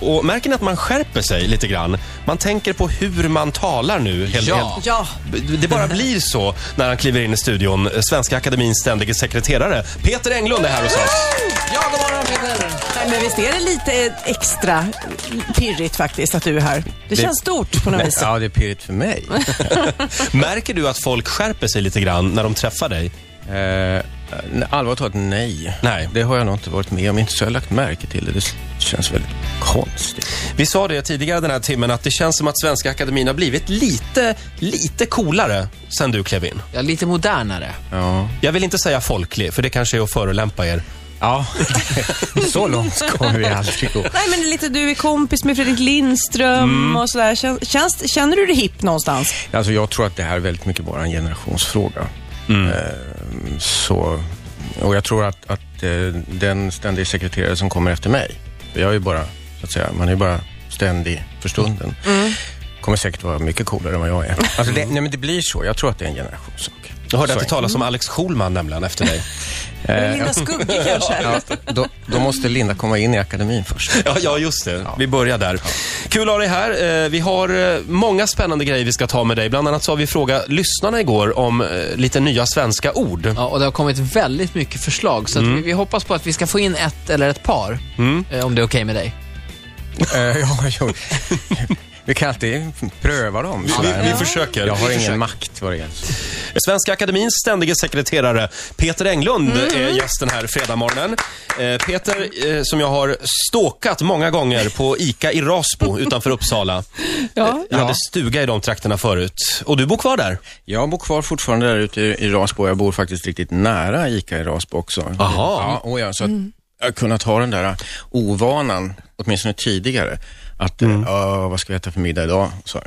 och märker ni att man skärper sig lite grann? Man tänker på hur man talar nu. Helt, Ja. helt, Ja, det bara blir så när han kliver in i studion. Svenska Akademins ständige sekreterare Peter Englund är här hos oss. Ja, god morgon Peter! nej, men visst är det lite extra pirrigt faktiskt att du är här. Det känns stort på något vis. Ja, det är pirrigt för mig. Alltså. Märker du att folk skärper sig lite grann när de träffar dig? Eh, nej, allvarligt talat, nej. Nej. Det har jag nog inte varit med om. Inte så jag har lagt märke till det. Det känns väldigt konstigt. Vi sa det tidigare den här timmen att det känns som att Svenska Akademin har blivit lite, lite coolare sen du klev in. Ja, lite modernare. Ja. Jag vill inte säga folklig, för det kanske är att förolämpa er. Ja, så långt kommer vi aldrig gå. Nej, men lite du är kompis med Fredrik Lindström Mm. och sådär. Kän, känns, känner du dig hipp någonstans? Alltså jag tror att det här är väldigt mycket bara en generationsfråga. Mm. Eh, så, och jag tror att, att eh, den ständige sekreterare som kommer efter mig, för jag är ju bara, så att säga, man är ju bara ständig för stunden, kommer säkert vara mycket coolare än vad jag är. Alltså Mm. det, nej men det blir så, jag tror att det är en generationssak. Jag hörde Så att det talas om Alex Schulman nämligen efter dig. Eller Linda Skugge kanske? är det. Eh. Ja, då, då måste Linda komma in i akademin först. Ja, ja just det. Vi börjar där. Kul att ha dig här. Eh, Vi har eh, många spännande grejer vi ska ta med dig. Bland annat så har vi frågat lyssnarna igår om eh, lite nya svenska ord. Ja, och det har kommit väldigt mycket förslag. Så att vi, vi hoppas på att vi ska få in ett eller ett par. Eh, om det är okej med dig. Eh, ja, jo. Vi kan alltid pröva dem. sådär. vi försöker. Jag Vi har ingen försöker. makt vad det gäller. Svenska Akademins ständige sekreterare Peter Englund är gästen här fredagmorgonen. Eh, Peter, eh, som jag har ståkat många gånger på ICA i Rasbo utanför Uppsala. Ja. Jag hade Ja. stuga i de trakterna förut. Och du bor kvar där? Jag bor kvar fortfarande där ute i, i Rasbo. Jag bor faktiskt riktigt nära ICA i Rasbo också. Aha. Ja, och jag, så att Mm. jag har kunnat ha den där ovanan, åtminstone tidigare, att eh, "Ah, vad ska vi äta för middag idag? Så, eh,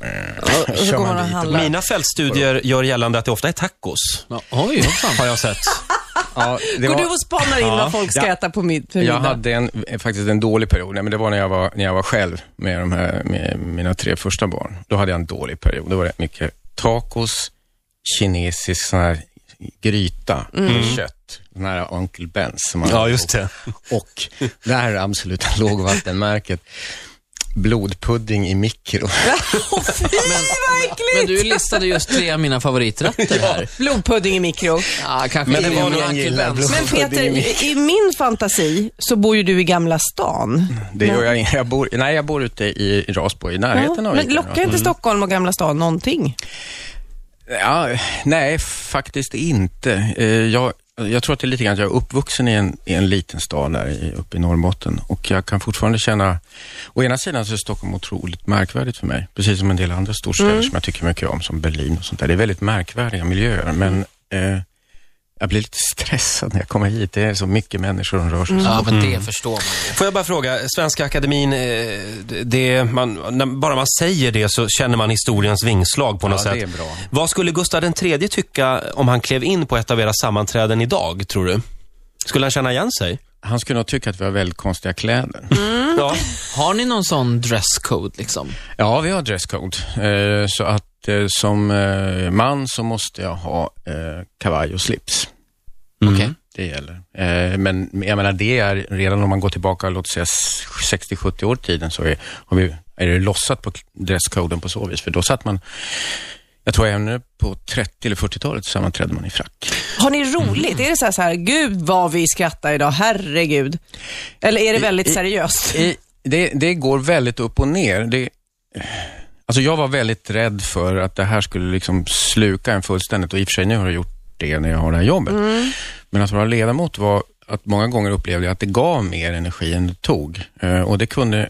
så går man och handlar. Mina fältstudier gör gällande att det ofta är tacos, Ja, oj, hoppsan. har jag sett. Ja, det Går var, du och spanar in vad folk ska Ja. äta på mid för jag middag? hade en, eh, faktiskt en dålig period, Nej, men det var när jag var, när jag var själv med, de här, med mina tre första barn. Då hade jag en dålig period. Då var det mycket tacos, kinesisk sån här gryta Mm. med kött, den här Uncle Ben's. som man Ja, just det. och det här är absoluta lågvattenmärket. Blodpudding i mikro. Åh, fy vad Men äckligt! du listade just tre av mina favoriträtter här. Blodpudding i mikro. Ja, kanske Men det inte, var nog Uncle en gilla Ben's. blod. Men Peter, Blodpudding i i i min fantasi så bor ju du i Gamla stan. Det gör jag inte. Jag bor, nej, jag bor ute i Rasbo, i närheten av Men Ica. lockar inte Stockholm och Gamla stan någonting? Ja, nej, faktiskt inte. Eh, Jag, jag tror att det är lite grann att jag är uppvuxen i en, i en liten stad där i- uppe i Norrbotten och jag kan fortfarande känna, å ena sidan så är Stockholm otroligt märkvärdigt för mig, precis som en del andra storstäder som jag tycker mycket om, som Berlin och sånt där. Det är väldigt märkvärdiga miljöer, men eh, jag blir lite stressad när jag kommer hit. Det är så mycket människor som rör sig. Ja, men det förstår man ju. Får jag bara fråga, Svenska Akademin, eh, det- det, man, när, bara man säger det så känner man historiens vingslag på något Ja, sätt. det är bra. Vad skulle Gustav III tycka om han klev in på ett av era sammanträden idag, tror du? Skulle han känna igen sig? Han skulle nog tycka att vi har väldigt konstiga kläder. Ja. Har ni någon sån dresscode liksom? Ja, vi har dresscode. Eh, så att eh, som eh, man så måste jag ha eh, kavaj och slips. Okej. Det gäller. Eh, men jag menar, det är redan om man går tillbaka, låt säga s- 60-70 år i tiden, så är, har vi, är det lossat på k- dresscoden på så vis. För då satt man, jag tror även på 30 eller 40-talet så sammanträdde man i frack. Har ni roligt? Är det så här, så här, gud vad vi skrattar idag, herregud? Eller är det väldigt seriöst? I, det, det går väldigt upp och ner. Det, alltså jag var väldigt rädd för att det här skulle liksom sluka en fullständigt och i och för sig nu har jag gjort det när jag har det här jobbet. Men att vara ledamot var att många gånger upplevde jag att det gav mer energi än det tog. Eh, och det kunde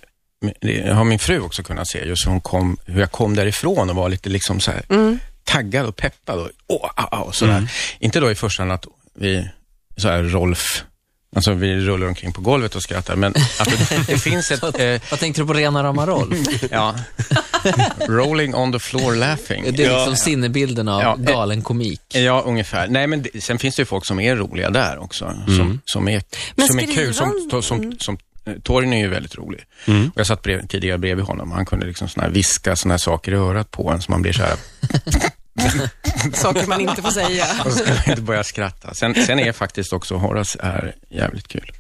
det har min fru också kunnat se, just hur, hon kom, hur jag kom därifrån och var lite liksom så här taggad och peppad och, åh, ah, ah, och sådär. Inte då i första hand att vi, så här Rolf, alltså vi rullar omkring på golvet och skrattar, men alltså, det finns ett, eh, Vad tänkte du på rena rama Rolf? ja, rolling on the floor laughing. Det är liksom sinnebilden av Ja. galen komik. Ja, ungefär. Nej, men det, sen finns det ju folk som är roliga där också, som, som, är, Men som är kul. Som, skrivan- som, som, som, eh, Torgny är ju väldigt rolig. Och jag satt brev, tidigare bredvid honom han kunde liksom såna här viska såna här saker i örat på en, så man blir så här... Saker man inte får säga. Och så ska man inte börja skratta. Sen, sen är faktiskt också Horace är jävligt kul.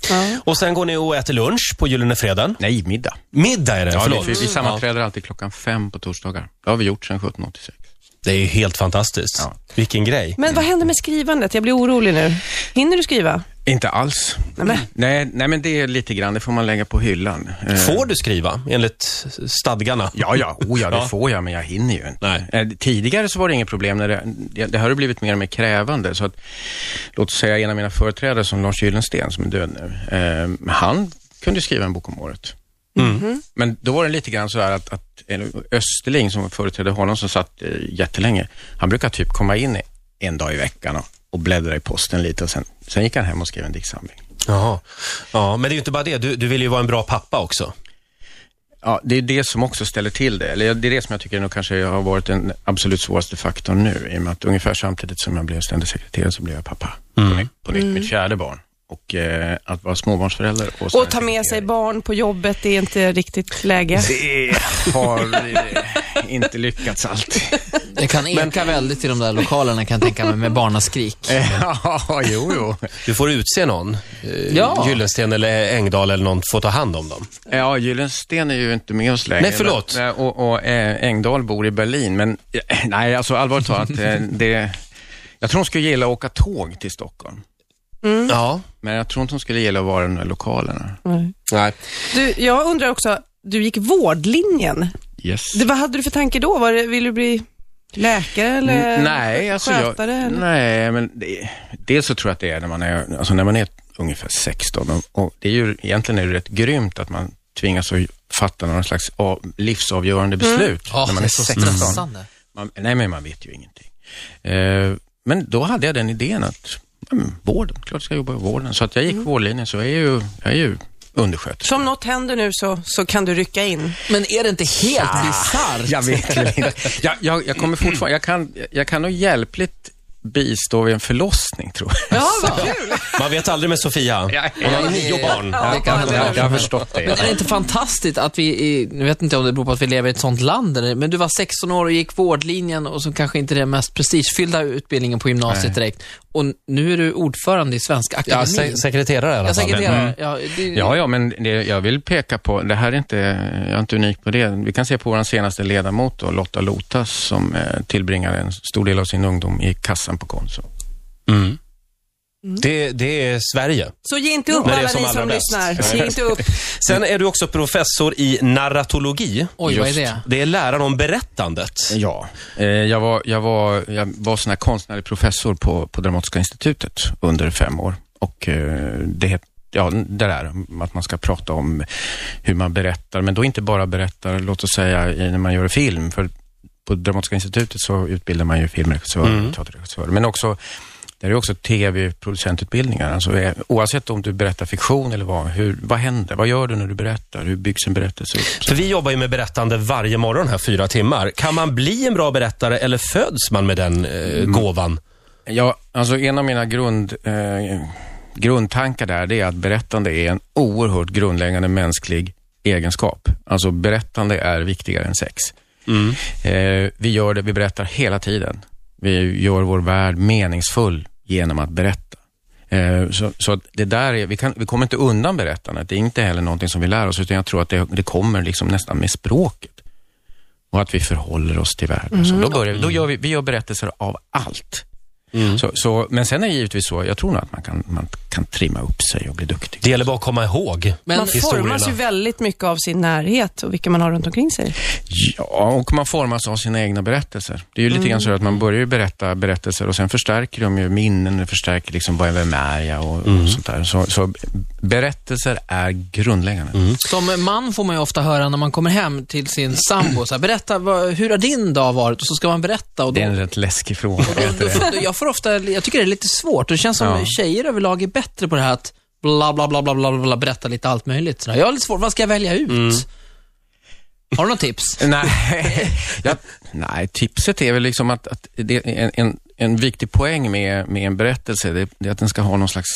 Och sen går ni och äter lunch på Gyllene Fredagen. Nej, middag. Middag är det, Ja, förlåt. vi, vi sammanträder alltid klockan fem på torsdagar. Det har vi gjort sedan 1786. Det är ju helt fantastiskt. Ja. Vilken grej. Men vad händer med skrivandet? Jag blir orolig nu. Hinner du skriva? Inte alls. men. Nej, nej, men det är lite grann, det får man lägga på hyllan. Eh, Får du skriva enligt stadgarna? Ja, ja, oh, ja, det Ja. får jag, men jag hinner ju inte. Nej. Eh, Tidigare så var det inget problem. När det, det, det har ju blivit mer och mer krävande. Så att, låt oss säga en av mina företrädare som Lars Gyllensten, som är död nu. Eh, han kunde skriva en bok om året. Mm. Men då var det lite grann så här att, att eller Österling, som företrädde honom, som satt eh, jättelänge, han brukar typ komma in en dag i veckan och, och bläddra i posten lite och sen, sen gick han hem och skrev en diktsamling. Jaha. Ja, men det är ju inte bara det. Du, du vill ju vara en bra pappa också. Ja, det är det som också ställer till det. Eller det är det som jag tycker nog kanske har varit den absolut svåraste faktorn nu. I och med att ungefär samtidigt som jag blev ständig sekreterare så blev jag pappa. Mm. På, nytt, på nytt, mitt fjärde barn. Och eh, att vara småbarnsförälder och Mm. Och ständig ta med sig sekreterare, barn på jobbet, det är inte riktigt läge. Det har eh, inte lyckats alltid. Det kan eka väldigt i de där lokalerna kan jag tänka mig, med barnaskrik. Eh, ja, jo, jo. Du får utse någon. Eh, Ja. Gyllensten eller Engdahl eller någon får ta hand om dem. Ja, Gyllensten är ju inte med oss längre. Nej, förlåt. Men- Och, och eh, Engdahl bor i Berlin, men eh, nej, alltså allvarligt talat, eh, det... Jag tror hon skulle gilla att åka tåg till Stockholm. Mm. Ja. Men jag tror inte hon skulle gilla att vara i de där lokalerna. Nej. Du, jag undrar också, du gick vårdlinjen. Yes. Det, vad hade du för tanke då? Var det, vill du bli läkare eller nej, alltså jag, skötare? eh, eller? nej, men det, dels så tror jag att det är när man är, alltså när man är ungefär 16 och, och det är ju, egentligen är det rätt grymt att man tvingas att fatta någon slags av, Mm. livsavgörande beslut Ja, när man det är är så 16. stressande. Man, nej, men man vet ju ingenting. Eh, men då hade jag den idén att ja, men vården, klart jag ska jobba i vården. Så att jag gick Mm. vårdlinjen, så jag är ju, jag är ju undersköterska. Så om något händer nu så, så kan du rycka in. Men är det inte helt bisarrt? Jag vet väl inte. Jag, jag, jag kommer fortfarande, jag kan, jag kan nog hjälpligt bistå vid en förlossning tror jag. Ja, vad kul. Man vet aldrig med Sofia. Ja, Hon har ja, nio det- barn. Ja, det kan hända. jag, jag har förstått Men är det det. inte fantastiskt att vi, i, nu vet inte om det beror på att vi lever i ett sånt land, eller- men du var 16 år och gick vårdlinjen och som kanske inte är den mest prestigefyllda utbildningen på gymnasiet direkt. Och nu är du ordförande i Svenska Ja, Akademin. se- sekreterare i alla jag fall. sekreterare. Mm. Ja, det, Ja, ja, men det, jag vill peka på, det här är inte, jag är inte unik på det. Vi kan se på vår senaste ledamot då, Lotta Lotas, som eh, tillbringade en stor del av sin ungdom i kassan på Konsum. Mm. Det, det är Sverige. Så ge inte upp När det är alla som ni allra som bäst. lyssnar. Ge inte upp. Sen Mm. är du också professor i narratologi. Oj, vad är Just. det? Det är läran om berättandet. Ja, eh, jag var, jag var, jag var sån här konstnärlig professor på, på Dramatiska institutet under fem år. Och eh, det het- Ja, det där att man ska prata om hur man berättar, men då inte bara berättar, låt oss säga i- när man gör film, för på Dramatiska institutet så utbildar man ju filmregissörer, teaterregissörer, men också där är också tv-producentutbildningar. Alltså, eh, oavsett om du berättar fiktion eller vad, hur, vad händer? Vad gör du när du berättar? Hur byggs en berättelse upp? För vi jobbar ju med berättande varje morgon här fyra timmar. Kan man bli en bra berättare eller föds man med den eh, Mm. gåvan? Ja, alltså en av mina grund, eh, grundtankar där, det är att berättande är en oerhört grundläggande mänsklig egenskap. Alltså berättande är viktigare än sex. Eh, vi gör det, vi berättar hela tiden. Vi gör vår värld meningsfull genom att berätta. Eh, Så, så att det där är, vi, kan, vi kommer inte undan berättandet. Det är inte heller någonting som vi lär oss, utan jag tror att det, det kommer liksom nästan med språket. Och att vi förhåller oss till världen. Så då, börjar, vi- då gör vi, vi gör berättelser av allt. Så, så, men sen är det givetvis så, jag tror nog att man kan, man kan trimma upp sig och bli duktig. Det gäller bara att komma ihåg. Men- man formas historierna. ju väldigt mycket av sin närhet och vilka man har runt omkring sig. Ja, och man formas av sina egna berättelser. Det är ju lite grann så att man börjar ju berätta berättelser och sen förstärker de ju minnen, och förstärker liksom vad- vem är jag och, och sånt där. Så, så berättelser är grundläggande. Mm. Som man får man ju ofta höra när man kommer hem till sin sambo, så här, berätta, vad, hur har din dag varit? Och så ska man berätta och då, Det är en rätt läskig fråga. vet då, du. får- jag får ofta, jag tycker det är lite svårt. Det känns som Ja. tjejer överlag är bättre på det här att bla, bla, bla, bla, bla, bla berätta lite allt möjligt. Så där. Jag har lite svårt, vad ska jag välja ut? Mm. Har du något tips? Nej, jag, nej, tipset är väl liksom att, att det är en, en, en viktig poäng med, med en berättelse, det, det är att den ska ha någon slags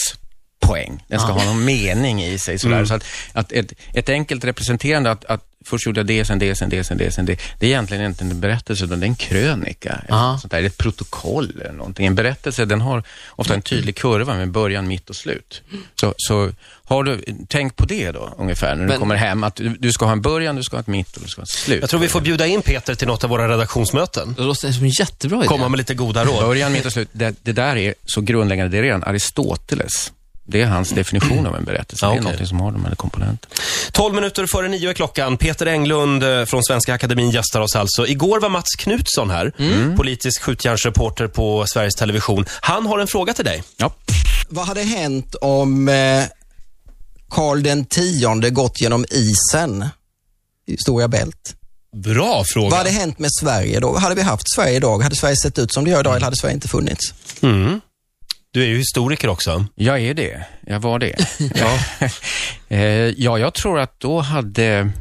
poäng. Den ska ha någon mening i sig. Sådär. Mm. Så att, att ett, ett enkelt representerande, att, att först gjorde jag det, sen det, sen det, sen det, sen det. Det är egentligen inte en berättelse, utan det är en krönika. Eller Ja. något sånt där. Ett protokoll eller någonting. En berättelse, den har ofta en tydlig kurva med början, mitt och slut. Så, så har du, tänk på det då, ungefär, när du Men- kommer hem. Att du, du ska ha en början, du ska ha ett mitt och du ska ha ett slut. Jag tror vi får bjuda in Peter till något av våra redaktionsmöten. Det låter som en jättebra idé. Komma med lite goda råd. Början, mitt och slut. Det, det där är så grundläggande. Det är redan Aristoteles. Det är hans definition av en berättelse. Ja, det är okej. någonting som har de här komponenterna. 12 minuter före nio är klockan. Peter Englund eh, från Svenska Akademin gästar oss alltså. Igår var Mats Knutsson här, Mm. politisk skjutjärnsreporter på Sveriges Television. Han har en fråga till dig. Ja. Vad hade hänt om eh, Karl den tionde gått genom isen i Stora Bält? Bra fråga. Vad hade hänt med Sverige då? Hade vi haft Sverige idag? Hade Sverige sett ut som det gör idag eller hade Sverige inte funnits? Mm. Du är ju historiker också. Jag är det. Jag var det. ja. Eh, ja, jag tror att då hade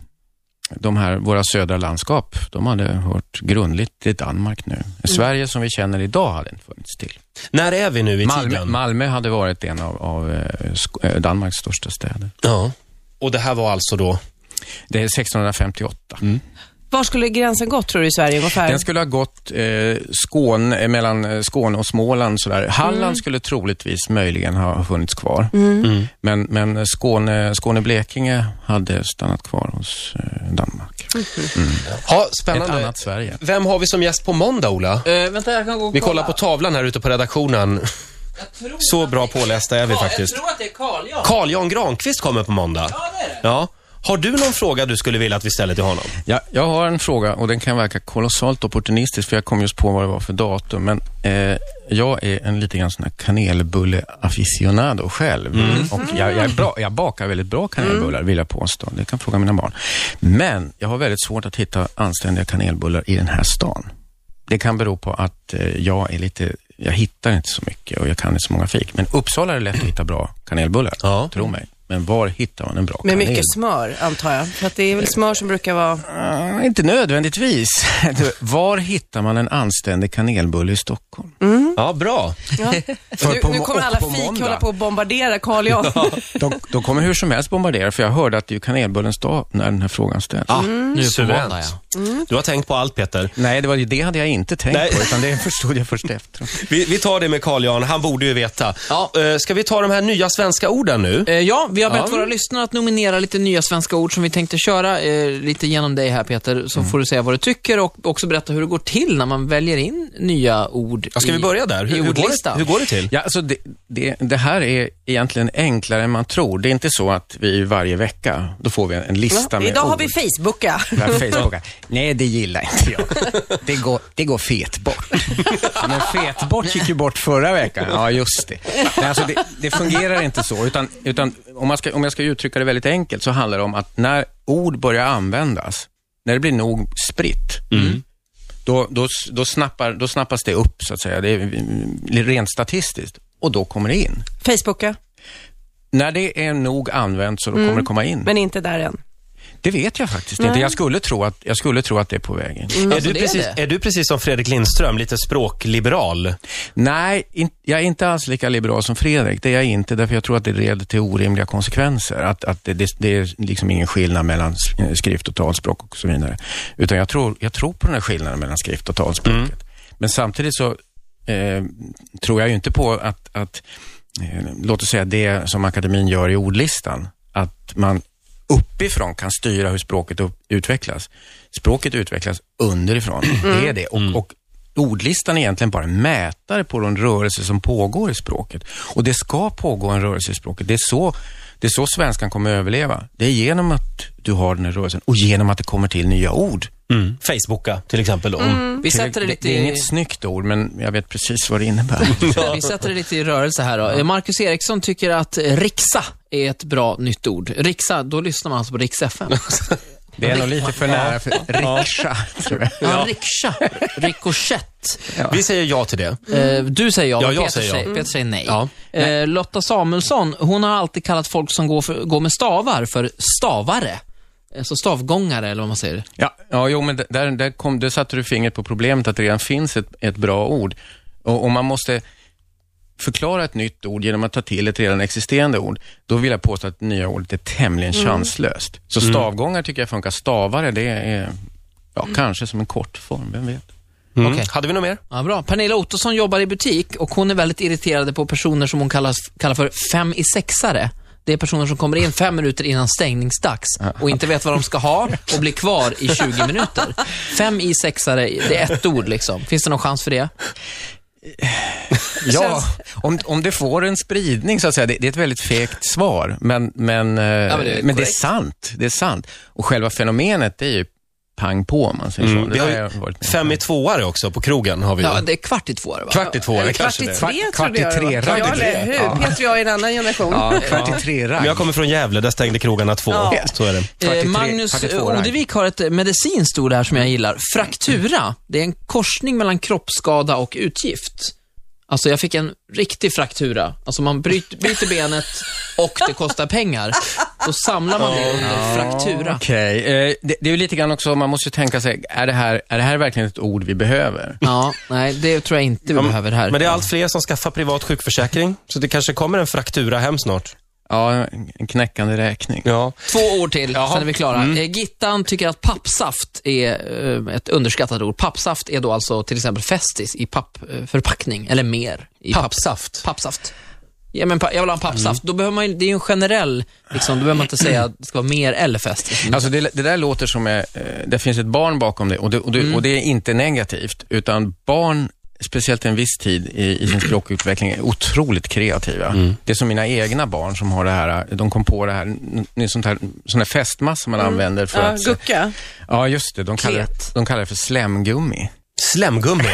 de här, våra södra landskap, de hade hört grundligt till Danmark nu. Sverige som vi känner idag hade inte funnits till. När är vi nu i Malmö, tiden? Malmö hade varit en av, av eh, sk- eh, Danmarks största städer. Ja. Och det här var alltså då? Det är 1658. Var skulle gränsen gått tror du i Sverige ungefär? Den skulle ha gått eh, Skåne, eh, mellan eh, Skåne och Småland. Sådär. Halland skulle troligtvis möjligen ha funnits kvar. Men, men eh, Skåne, Skåne-Blekinge hade stannat kvar hos eh, Danmark. Ja, Ett spännande. annat Sverige. Vem har vi som gäst på måndag, Ola? Eh, vänta, jag kan gå och Vi kollar på tavlan här ute på redaktionen. tror Så bra pålästa är vi faktiskt. tror att det är Karl, ja. Carl Jan Granqvist kommer på måndag. Ja, det Mm. är det. Ja. Har du någon fråga du skulle vilja att vi ställer till honom? Ja, jag har en fråga och den kan verka kolossalt opportunistisk för jag kom just på vad det var för datum. Men eh, jag är en lite grann sån här kanelbulle-aficionado själv. Och jag, jag, är bra, jag bakar väldigt bra kanelbullar vill jag påstå. Det kan fråga mina barn. Men jag har väldigt svårt att hitta anständiga kanelbullar i den här stan. Det kan bero på att eh, jag är lite, jag hittar inte så mycket och jag kan inte så många fik. Men Uppsala är det lätt att hitta bra kanelbullar, Ja. tro mig. Men var hittar man en bra Med kanelbulle? mycket smör, antar jag. För att det är väl smör som brukar vara... Ah, inte nödvändigtvis. Du, Var hittar man en anständig kanelbulle i Stockholm? Ja, bra. Ja. nu, på nu må- kommer alla och på fik måndag. hålla på att bombardera Carl Jan. De, de kommer hur som helst bombardera, för jag hörde att det är ju kanelbullens dag när den här frågan ställs. Ah, Nu är det på suveränt. måndag, ja. Mm. Du har tänkt på allt, Peter. Nej, det, var, ju- det hade jag inte tänkt Nej. Mm. på, utan det förstod jag först efter. Vi, vi tar det med Carl Jan, han borde ju veta. Ja. Eh, Ska vi ta de här nya svenska orden nu? Eh, ja, vi har bett Ja. våra lyssnare att nominera lite nya svenska ord som vi tänkte köra eh, lite genom dig här Peter, så Mm. får du säga vad du tycker och också berätta hur det går till när man väljer in nya ord Ja, ska vi i- börja där? i Hur, hur, går, det, ordlistan. hur går det till? Ja, alltså det, det, det här är egentligen enklare än man tror. Det är inte så att vi varje vecka, då får vi en, en lista med Idag har ord. vi Facebooka. Där Facebookar. Nej, det gillar inte jag. Det går, det går fet bort. Men fet bort gick ju bort förra veckan. Ja, just det. Nej, alltså det, det fungerar inte så. Utan, utan om, man ska, om jag ska uttrycka det väldigt enkelt så handlar det om att när ord börjar användas, när det blir nog spritt, då, då, då, snappar, då snappas det upp, så att säga. Det är mm, rent statistiskt. Och då kommer det in. Facebooka, När det är nog använt så då kommer det komma in. men inte där än. det vet jag faktiskt inte. Jag skulle, tro att, jag skulle tro att det är på väg in. Är, Alltså, du det är precis, det. är du precis som Fredrik Lindström, lite språkliberal? Nej, in, jag är inte alls lika liberal som Fredrik. Det är jag inte, därför jag tror att det leder till orimliga konsekvenser. Att, att det, det, det är liksom ingen skillnad mellan s- eh, skrift och talspråk och så vidare. Utan jag tror, jag tror på den här skillnaden mellan skrift och talspråket. Men samtidigt så eh, tror jag ju inte på att, att eh, låt oss säga det som akademin gör i ordlistan, att man uppifrån kan styra hur språket upp, utvecklas. Språket utvecklas underifrån. Det är det. Och, och ordlistan är egentligen bara en mätare på de rörelser som pågår i språket. Och det ska pågå en rörelse i språket. Det är så, det är så svenskan kommer att överleva. Det är genom att du har den här rörelsen och genom att det kommer till nya ord. Facebooka, till exempel. Då. Vi sätter det det, lite det är i... inget snyggt ord, men jag vet precis vad det innebär. Vi sätter det lite i rörelse här då. Eh, Marcus Eriksson tycker att eh, riksa är ett bra nytt ord. Riksa, då lyssnar man alltså på Riks FM. Det är nog lite för nära för riksha, tror jag. Ja. Riksha, rikoschett. Vi säger ja till det. Eh, Du säger ja, Mm. Ja, men jag Peter, säger ja. säger, Peter säger nej. Ja. Eh, Lotta Samuelsson, hon har alltid kallat folk som går, för, går med stavar för stavare. Alltså stavgångare eller vad man säger. Ja, ja jo, men d- där, där, kom, där satte du fingret på problemet att det redan finns ett, ett bra ord. Och, och man måste förklara ett nytt ord genom att ta till ett redan existerande ord, då vill jag påstå att det nya ordet är tämligen Mm. chanslöst. Så Mm. stavgångar tycker jag funkar. Stavare, det är ja, Mm. kanske som en kortform, vem vet? Mm. Okej. Hade vi något mer? Ja, bra. Pernilla Ottosson jobbar i butik och hon är väldigt irriterad på personer som hon kallas, kallar för fem i sexare. Det är personer som kommer in fem minuter innan stängningsdags och inte vet vad de ska ha och blir kvar i 20 minuter. Fem i sexare, det är ett ord liksom. Finns det någon chans för det? Ja, om, om det får en spridning så att säga, det, det är ett väldigt fegt svar, men, men, eh, men det är men det är korrekt. sant. Det är sant. Och själva fenomenet, det är ju pang på om man säger så. Mm. Det Vi har där ju jag varit med fem om. i tvåare också på krogen har vi ju. Ja, det är kvart i två det va? Kvart i tvåare Eller kanske kvart i det. tre Kvart- trodde jag kvart i tre, det var. kvart i Ja, tre. eller hur? Ja. Peter och jag är en annan generation. Ja, kvart i tre rang. Men jag kommer från Gävle, där stängde krogarna två. Ja. Så är det. Kvart i Eh, tre- Magnus kvart i eh, två, right. Odevik har ett eh, medicinskt ord här som jag gillar. Fraktura. Det är en korsning mellan kroppsskada och utgift. Alltså jag fick en riktig fraktura. Alltså man bryter, bryter benet och det kostar pengar. Då samlar man det under fraktura. Okej, eh, det, det är ju lite grann också, man måste ju tänka sig, är det här, är det här verkligen ett ord vi behöver? Ja, nej, det tror jag inte vi behöver här. Men det är allt fler som skaffar privat sjukförsäkring, så det kanske kommer en fraktura hem snart. Ja, en knäckande räkning. Ja. Två ord till, sen är vi klara. Mm. Gittan tycker att pappsaft är eh, ett underskattat ord. Pappsaft är då alltså till exempel Festis i pappförpackning, eller mer. I pappsaft? Pappsaft. Mm. Ja, men pa- jag vill ha en pappsaft. Då behöver man, ju- det är ju en generell, liksom, då behöver man inte säga att det ska vara mer eller Festis. Alltså det, det där låter som, eh, det finns ett barn bakom det och det, och, det, och det är inte negativt, utan barn, speciellt en viss tid i, i sin språkutveckling, är otroligt kreativa. Det är som mina egna barn som har det här, eh, de kom på det här, n- n- sånt här sån här fästmassa man använder för Ja, att... gucka. Ja, just det. De kallar, Klet. de kallar det för slemgummi. Slemgummi,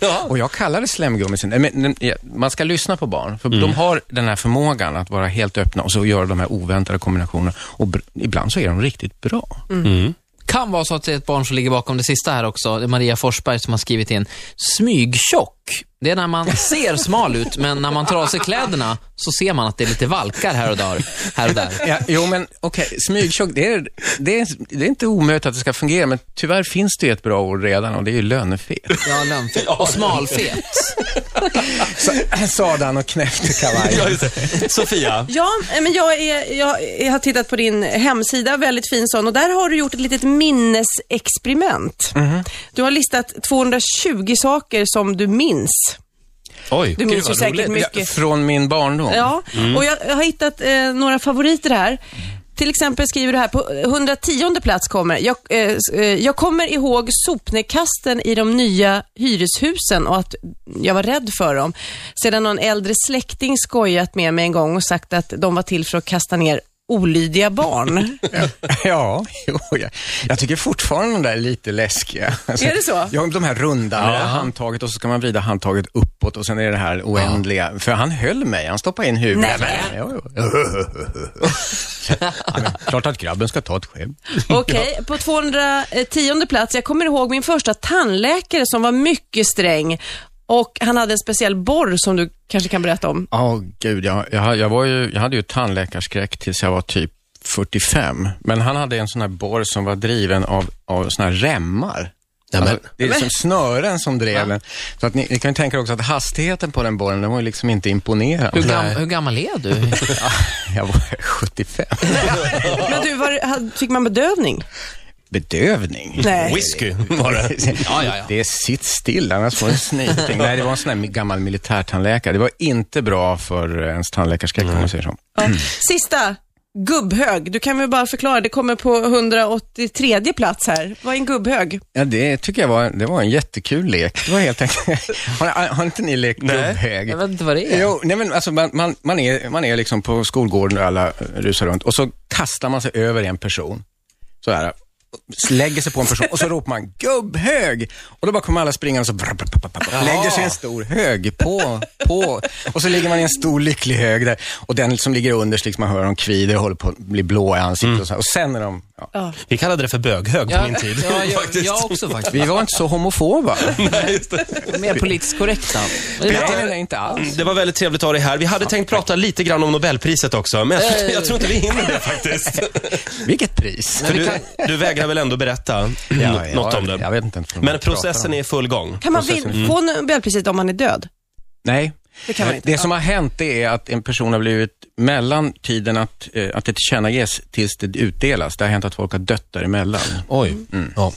ja. Och jag kallar det slemgummi. sen. Men, men, ja, man ska lyssna på barn, för de har den här förmågan att vara helt öppna och så göra de här oväntade kombinationerna. Och br- ibland så är de riktigt bra. Mm. Kan vara så att det är ett barn som ligger bakom det sista här också. Det är Maria Forsberg som har skrivit in. Smygtjock. Det är när man ser smal ut, men när man tar av sig kläderna så ser man att det är lite valkar här och där. Här och där. Ja, jo, men okej, smygtjock, det är, det, är, det är inte omöjligt att det ska fungera, men tyvärr finns det ju ett bra ord redan och det är ju lönefet. Ja, lönnfet. Och smalfet. Sadan och knäftekavaj. ja just det. Sofia, Ja, eh, men jag, är, jag är- har tittat på din hemsida, väldigt fin sån, och där har du gjort ett litet minnesexperiment. Mhm. Du har listat 220 saker som du minns. oj. Du gud minns ju vad säkert roligt. mycket. Från min barndom. Ja, och jag, jag har hittat eh, några favoriter här. Till exempel skriver du här, på 110 plats kommer, jag, eh, s- eh, jag kommer ihåg sopnedkasten i de nya hyreshusen och att jag var rädd för dem. Sedan någon äldre släkting skojat med mig en gång och sagt att de var till för att kasta ner olydiga barn. Ja, jo, jag, jag tycker fortfarande de där är lite läskiga. Alltså, Är det så? Ja, de här runda, med det här handtaget och så ska man vrida handtaget uppåt och sen är det här oändliga. För han höll mig, han stoppade in huvudet. Nej, jo, jo. ja, men, klart att grabben ska ta ett skämt. Okej, på 210 plats. Jag kommer ihåg min första tandläkare som var mycket sträng och han hade en speciell borr som du kanske kan berätta om. Ja, gud. Jag, jag, jag, var ju, jag hade ju tandläkarskräck tills jag var typ 45. Men han hade en sån här borr som var driven av, av såna här remmar. Alltså, det är liksom snören som drev den. Så att ni, ni kan ju tänka er också att hastigheten på den borren, den var ju liksom inte imponerande. Hur, gam, hur gammal är du? Ja, jag var 75. Men du, var, hade- fick man bedövning? Bedövning. Nej. Whisky var det. Ja, ja, ja. Det är sitt still, annars får du en snyting. Nej, det var en sån här gammal militärtandläkare. Det var inte bra för ens tandläkarskräck, om man säger så. Ja. Sista, gubbhög. Du kan väl bara förklara, det kommer på 183 plats här. Vad är en gubbhög? Ja, det tycker jag var, det var en jättekul lek. Det var helt enkelt... har, har inte ni lekt Nej. gubbhög? Jag vet inte vad det är. Jo, nej men alltså man, man, man, är, man är liksom på skolgården och alla eh, rusar runt och så kastar man sig över en person. Så här, lägger sig på en person och så ropar man gubbhög och då bara kommer alla springande och så brr, brr, brr, brr, lägger sig en stor hög på, på och så ligger man i en stor lycklig hög där och den som ligger underst liksom man hör dem kvider och håller på att bli blå i ansiktet och, så här, och sen är de, ja. Vi kallade det för böghög på Ja, min tid. Ja, jag, faktiskt. jag också faktiskt. Vi var inte så homofoba. Nej, just det. Mer politiskt korrekta. Det är Nej, bra. nej, inte alls. Det var väldigt trevligt att ha dig här. Vi hade tänkt prata lite grann om Nobelpriset också, men jag, tror- jag tror inte vi hinner det faktiskt. Vilket pris. För du, du vägrar väl ändå berätta Ja, något jag- om det? Jag vet inte ens vad de Men pratar om. processen är i full gång. Kan man vin- få Nobelpriset om man är död? Nej, Det kan man inte. Det som har hänt det är att en person har blivit mellan tiden att, eh, att det tillkännages tills det utdelas. Det har hänt att folk har dött däremellan. Oj. Ja. Mm.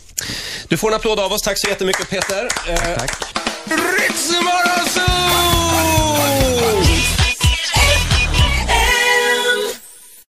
Du får en applåd av oss. Tack så jättemycket Peter. Eh, Tack. Ritzmorgonzoo! Kiss